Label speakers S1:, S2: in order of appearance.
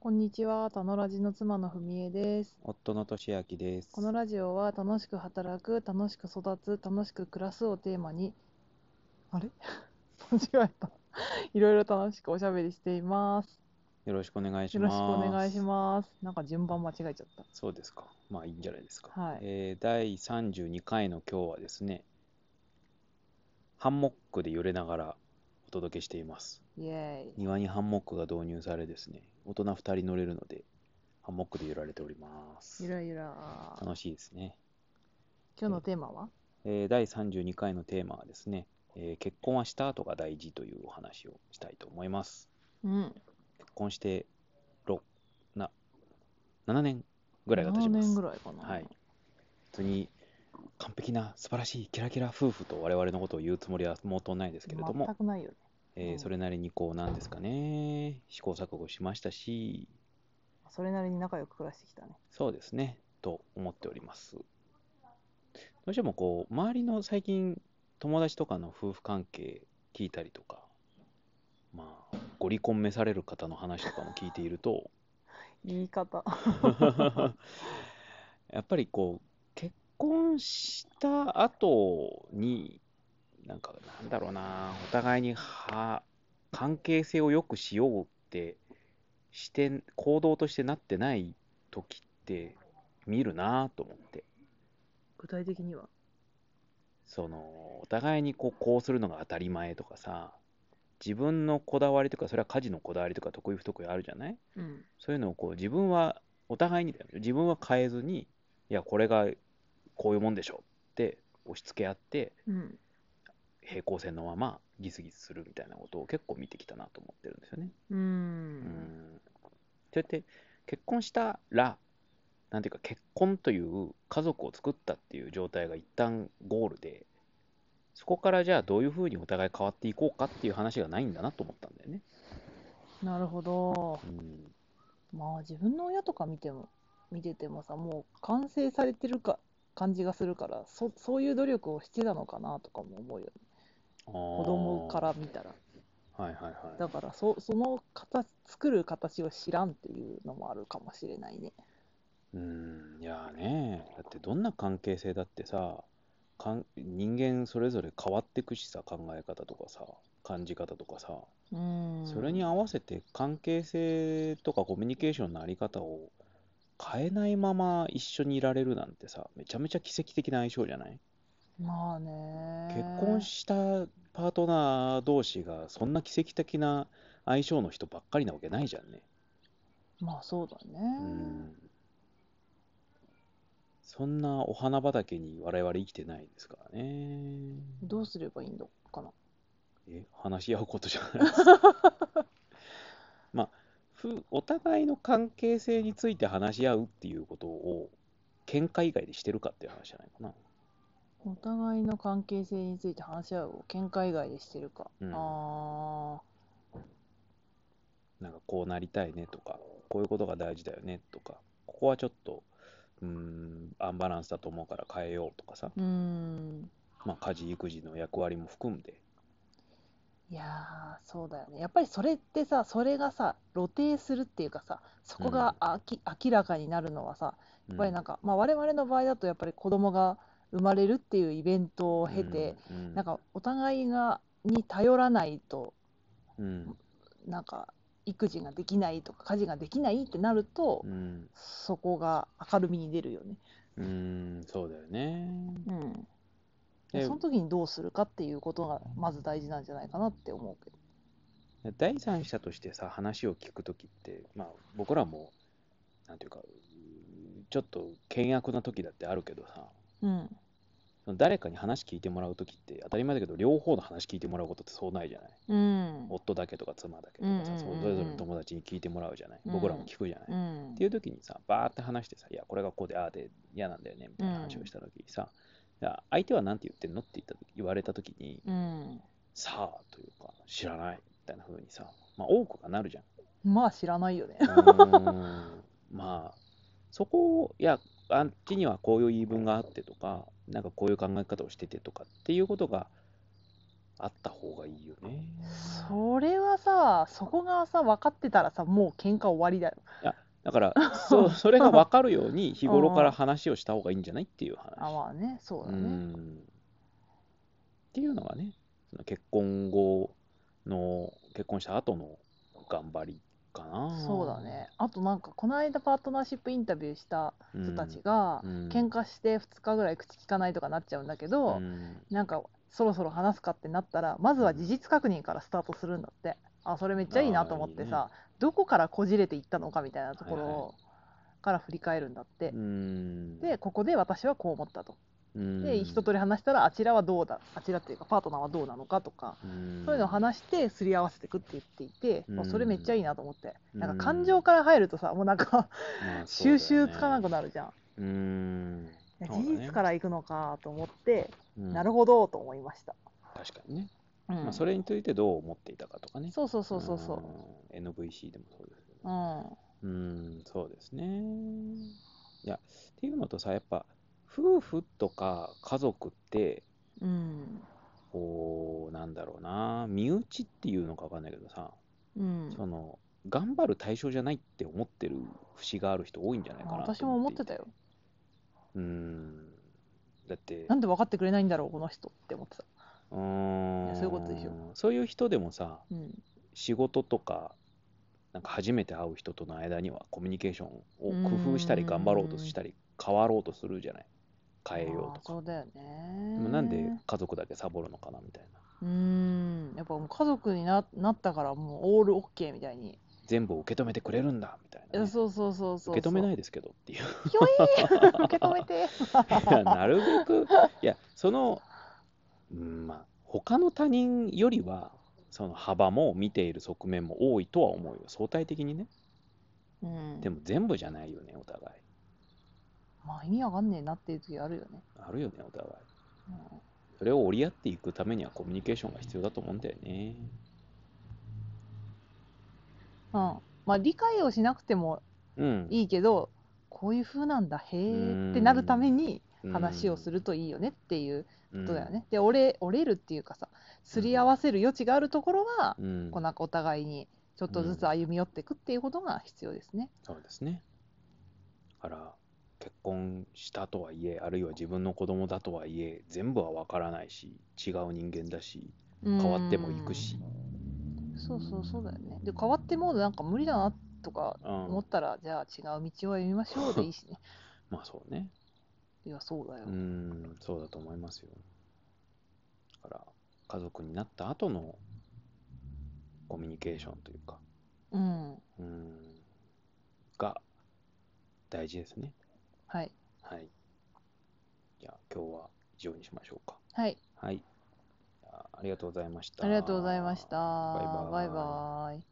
S1: こんにちは、たのラジの妻のふみえです。
S2: 夫の俊明です。
S1: このラジオは楽しく働く、楽しく育つ、楽しく暮らすをテーマに、あれ 間違えた。いろいろ楽しくおしゃべりしています。
S2: よろしくお願いし
S1: よろ
S2: ま
S1: し
S2: す。
S1: くお願いします。なんか順番間違えちゃった。
S2: そうですか。まあいいんじゃないですか。
S1: はい
S2: えー第32回の今日はですね、ハンモックで揺れながらお届けしています。
S1: イエーイ。
S2: 庭にハンモックが導入されですね、大人2人乗れるので、ハンモックで揺られております
S1: ゆ。らゆら。
S2: 楽しいですね。
S1: 今日のテーマは
S2: えー第32回のテーマはですね、えー結婚はした後が大事というお話をしたいと思います。
S1: うん。
S2: 結婚してろな7年ぐらいが経ちま
S1: 7
S2: す
S1: 年ぐらいかな。
S2: はい普通に完璧な素晴らしいキラキラ夫婦と我々のことを言うつもりは毛頭ないですけれど
S1: 全
S2: も、
S1: くないよね。
S2: えー
S1: うん
S2: それなりにこうなんですかね試行錯誤しましたし
S1: それなりに仲良く暮らしてきたね。
S2: そうですねと思っておりますどうしてもこう周りの最近友達とかの夫婦関係聞いたりとかまあご離婚召される方の話とかも聞いていると
S1: 言い方。
S2: やっぱりこう結婚した後になんかなんだろうなお互いには関係性を良くしようってして行動としてなってない時って見るなと思って
S1: 具体的には。
S2: そのお互いにこうこうするのが当たり前とかさ自分のこだわりとかそれは家事のこだわりとか得意不得意あるじゃない
S1: うん。
S2: そういうのをこう自分はお互いにだよ自分は変えずにいやこれがこういうもんでしょって押し付け合って
S1: うん。
S2: 平行線のままギスギスするみたいなことを結構見てきたなと思ってるんですよね。
S1: うー。
S2: うんんそうやって結婚したらなんていうか結婚という家族を作ったっていう状態が一旦ゴールでそこからじゃあどういうふうにお互い変わっていこうかっていう話がないんだなと思ったんだよね。
S1: なるほど。
S2: うん
S1: まあ自分の親とか見ても、見ててもさ、もう完成されてるか感じがするから、そそういう努力をしてたのかなとかも思うよね。
S2: 子
S1: 子供から見たら。
S2: はいはいはい。
S1: だからそ、その形、作る形を知らんっていうのもあるかもしれないね。
S2: うーん、いやーね、だってどんな関係性だってさ、かん、人間それぞれ変わってくしさ、考え方とかさ、感じ方とかさ、
S1: うん。
S2: それに合わせて関係性とかコミュニケーションのあり方を変えないまま一緒にいられるなんてさ、めちゃめちゃ奇跡的な相性じゃない
S1: まあね。
S2: 結婚したパートナー同士がそんな奇跡的な相性の人ばっかりなわけないじゃんね。
S1: まあそうだね。
S2: うんそんなお花畑に我々生きてないですからね。
S1: どうすればいいのかな。
S2: え話し合うことじゃないです。まあ、ふお互いの関係性について話し合うっていうことを喧嘩以外でしてるかっていう話じゃないかな。
S1: お互いの関係性について話し合うを喧嘩以外でしてるか。
S2: うん
S1: ああ、
S2: なんかこうなりたいねとか、こういうことが大事だよねとか、ここはちょっと、うーん、アンバランスだと思うから変えようとかさ、
S1: うーん。
S2: まあ、家事、育児の役割も含んで、
S1: いやー、そうだよね。やっぱりそれってさ、それがさ、露呈するっていうかさ、そこがあき、明らかになるのはさ、
S2: や
S1: やっぱりなんか、まあ我々の場合だとやっぱり子供が生まれるっていうイベントを経て、、
S2: うんうん
S1: なんかお互いがに頼らないと、
S2: うん
S1: なんか育児ができないとか家事ができないってなると、
S2: うん、
S1: そこが明るみに出るよね。
S2: うん、そうだよね。
S1: うん。
S2: で
S1: その時にどうするかっていうことがまず大事なんじゃないかなって思うけど。
S2: 第三者としてさ、話を聞くときって、まあ、僕らも、なんていうか、うーちょっと険悪な時だってあるけどさ、
S1: うん。
S2: その誰かに話聞いてもらうときって、当たり前だけど、両方の話聞いてもらうことってそうないじゃない。
S1: うん。
S2: 夫だけとか妻だけとかさ、
S1: うんうんうんうん
S2: それぞれの友達に聞いてもらうじゃない。
S1: うん
S2: 僕らも聞くじゃない。
S1: う
S2: っ
S1: ん
S2: ていうときにさ、バーって話してさ、いや、これがこうで、ああで嫌なんだよね、みたいな話をしたときにさ、いや相手はなんて言ってんのって言った時言われたときに、
S1: うん。
S2: さあというか知らないみたいな風にさ、まあ、多くがなるじゃん。
S1: まあ知らないよ ね。
S2: うーんまあそこをいやあっちにはこういう言い分があってとかなんかこういう考え方をしててとかっていうことがあった方がいいよね。
S1: それはさ、そこがさ、分かってたらさ、もう喧嘩終わりだよ。
S2: だから、そう、それが分かるように日頃から話をした方がいいんじゃないっていう
S1: あ、
S2: 話。
S1: まあね、そう
S2: う
S1: だね。
S2: ん。っていうのがね、その結婚後の、結婚した後の頑張りかな。
S1: そうだね。あとなんか、この間パートナーシップインタビューした
S2: うん。
S1: 人たちが、
S2: うん
S1: 喧嘩して2日ぐらい口聞かないとかなっちゃうんだけど、
S2: うん
S1: なんかそろそろ話すかってなったらまずは事実確認からスタートするんだってあそれめっちゃいいなと思って
S2: あーい
S1: さどこからこじれていったのかみたいなとこ
S2: はいは
S1: ろから振り返るんだって、
S2: うん
S1: でここで私はこう思ったと
S2: うん
S1: で一通り話したらあちらはどうだあちらっていうかパートナーはどうなのかとか
S2: うん
S1: そういうのを話してすり合わせてくって言っていて、
S2: うん
S1: あそれめっちゃいいなと思って、
S2: うん
S1: なんか感情から入るとさもうなんか
S2: まあそうだよ
S1: 収
S2: ね
S1: 集つかなくなるじゃん、
S2: うん
S1: いや
S2: そうだね
S1: 事実からいくのかと思って、
S2: うん
S1: なるほどと思いました、
S2: 確かにね、
S1: うん
S2: まあ、それについてどう思っていたかとかね
S1: そうそうそうそうそう、
S2: うん NVC でもそうですけど
S1: うん
S2: うんそうですねいやっていうのとさやっぱ夫婦とか家族って
S1: うん
S2: こうなんだろうな身内っていうのかわかんないけどさ、
S1: うん
S2: その頑張る対象じゃないって思ってる節がある人多いんじゃないかな
S1: 私
S2: と
S1: も思っ
S2: い
S1: てたよ
S2: うんだって
S1: なんで分かってくれないんだろうこの人って思ってた
S2: うーん
S1: いやそういうことでしょ
S2: そういう人でもさ
S1: うん
S2: 仕事とかなんか初めて会う人との間にはコミュニケーションを工夫したり
S1: うーん
S2: 頑張ろうとしたり変わろうとするじゃない変えよう
S1: あー
S2: とか
S1: そうだよね
S2: でもなんで家族だけサボるのかなみたいな
S1: うんやっぱもう家族にななったからもうオールオッケーみたいに、
S2: 全部受け止めてくれるんだみたい
S1: い
S2: なね、
S1: やそうそうそうそう
S2: 受け止めないいですけどっていう
S1: 受け止めて
S2: いやなるべ くいやそのうんまあ他の他人よりはその幅も見ている側面も多いとは思うよ相対的にね
S1: うん
S2: でも全部じゃないよねお互い
S1: まあ意味わかんねえなっていう時あるよね、
S2: あるよねお互い
S1: うん
S2: それを折り合っていくためにはコミュニケーションが必要だと思うんだよね
S1: うんまあ理解をしなくても
S2: うん
S1: いいけどこういう風なんだへえってなるために話をす
S2: る
S1: るといいよねっていう
S2: こ
S1: ことだよね。で折れ折れるっていうかさすり合わせる余地があるところは、
S2: うん
S1: こうなんかお互いにちょっとずつ歩み寄っていくっていうことが必要ですね。
S2: そうですねだから結婚したとはいえあるいは自分の子供だとはいえ全部は分からないし違う人間だし
S1: 変
S2: 変わってもいく。し、
S1: そうそうそうだよね。で変わってもなんか無理だなとか
S2: うん
S1: 思ったら、じゃあ違う道を歩みましょうでいいし ね。
S2: まあそうね
S1: いやそうだよ。
S2: うんそうだと思いますよだから家族になった後のコミュニケーションというか
S1: うん、
S2: うんが大事ですね。
S1: はい
S2: はい。じゃあ今日は以上にしましょうか。
S1: はい
S2: はい。じゃあありがとうございました。
S1: ありがとうございまし。た。
S2: バイバイ
S1: バイバイ